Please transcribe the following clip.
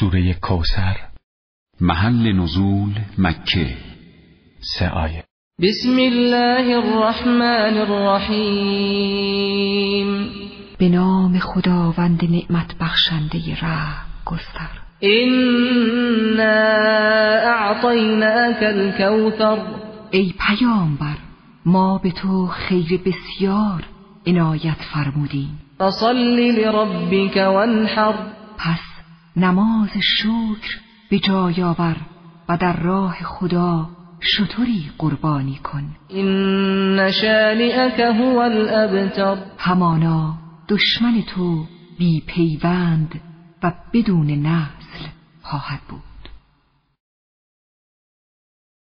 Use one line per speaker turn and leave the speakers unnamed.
سوره کوسر
محل نزول مکه
سه آیه
بسم الله الرحمن الرحیم
به نام خداوند نعمت بخشنده ره گستر
انا اعطیناک الكوثر
ای پیامبر ما به تو خیر بسیار عنایت فرمودیم
فصل لربك وانحر
پس نماز شکر به جای آور و در راه خدا شطوری قربانی کن
ان شانئك هو الابتر
همانا دشمن تو بی پیوند و بدون نسل خواهد بود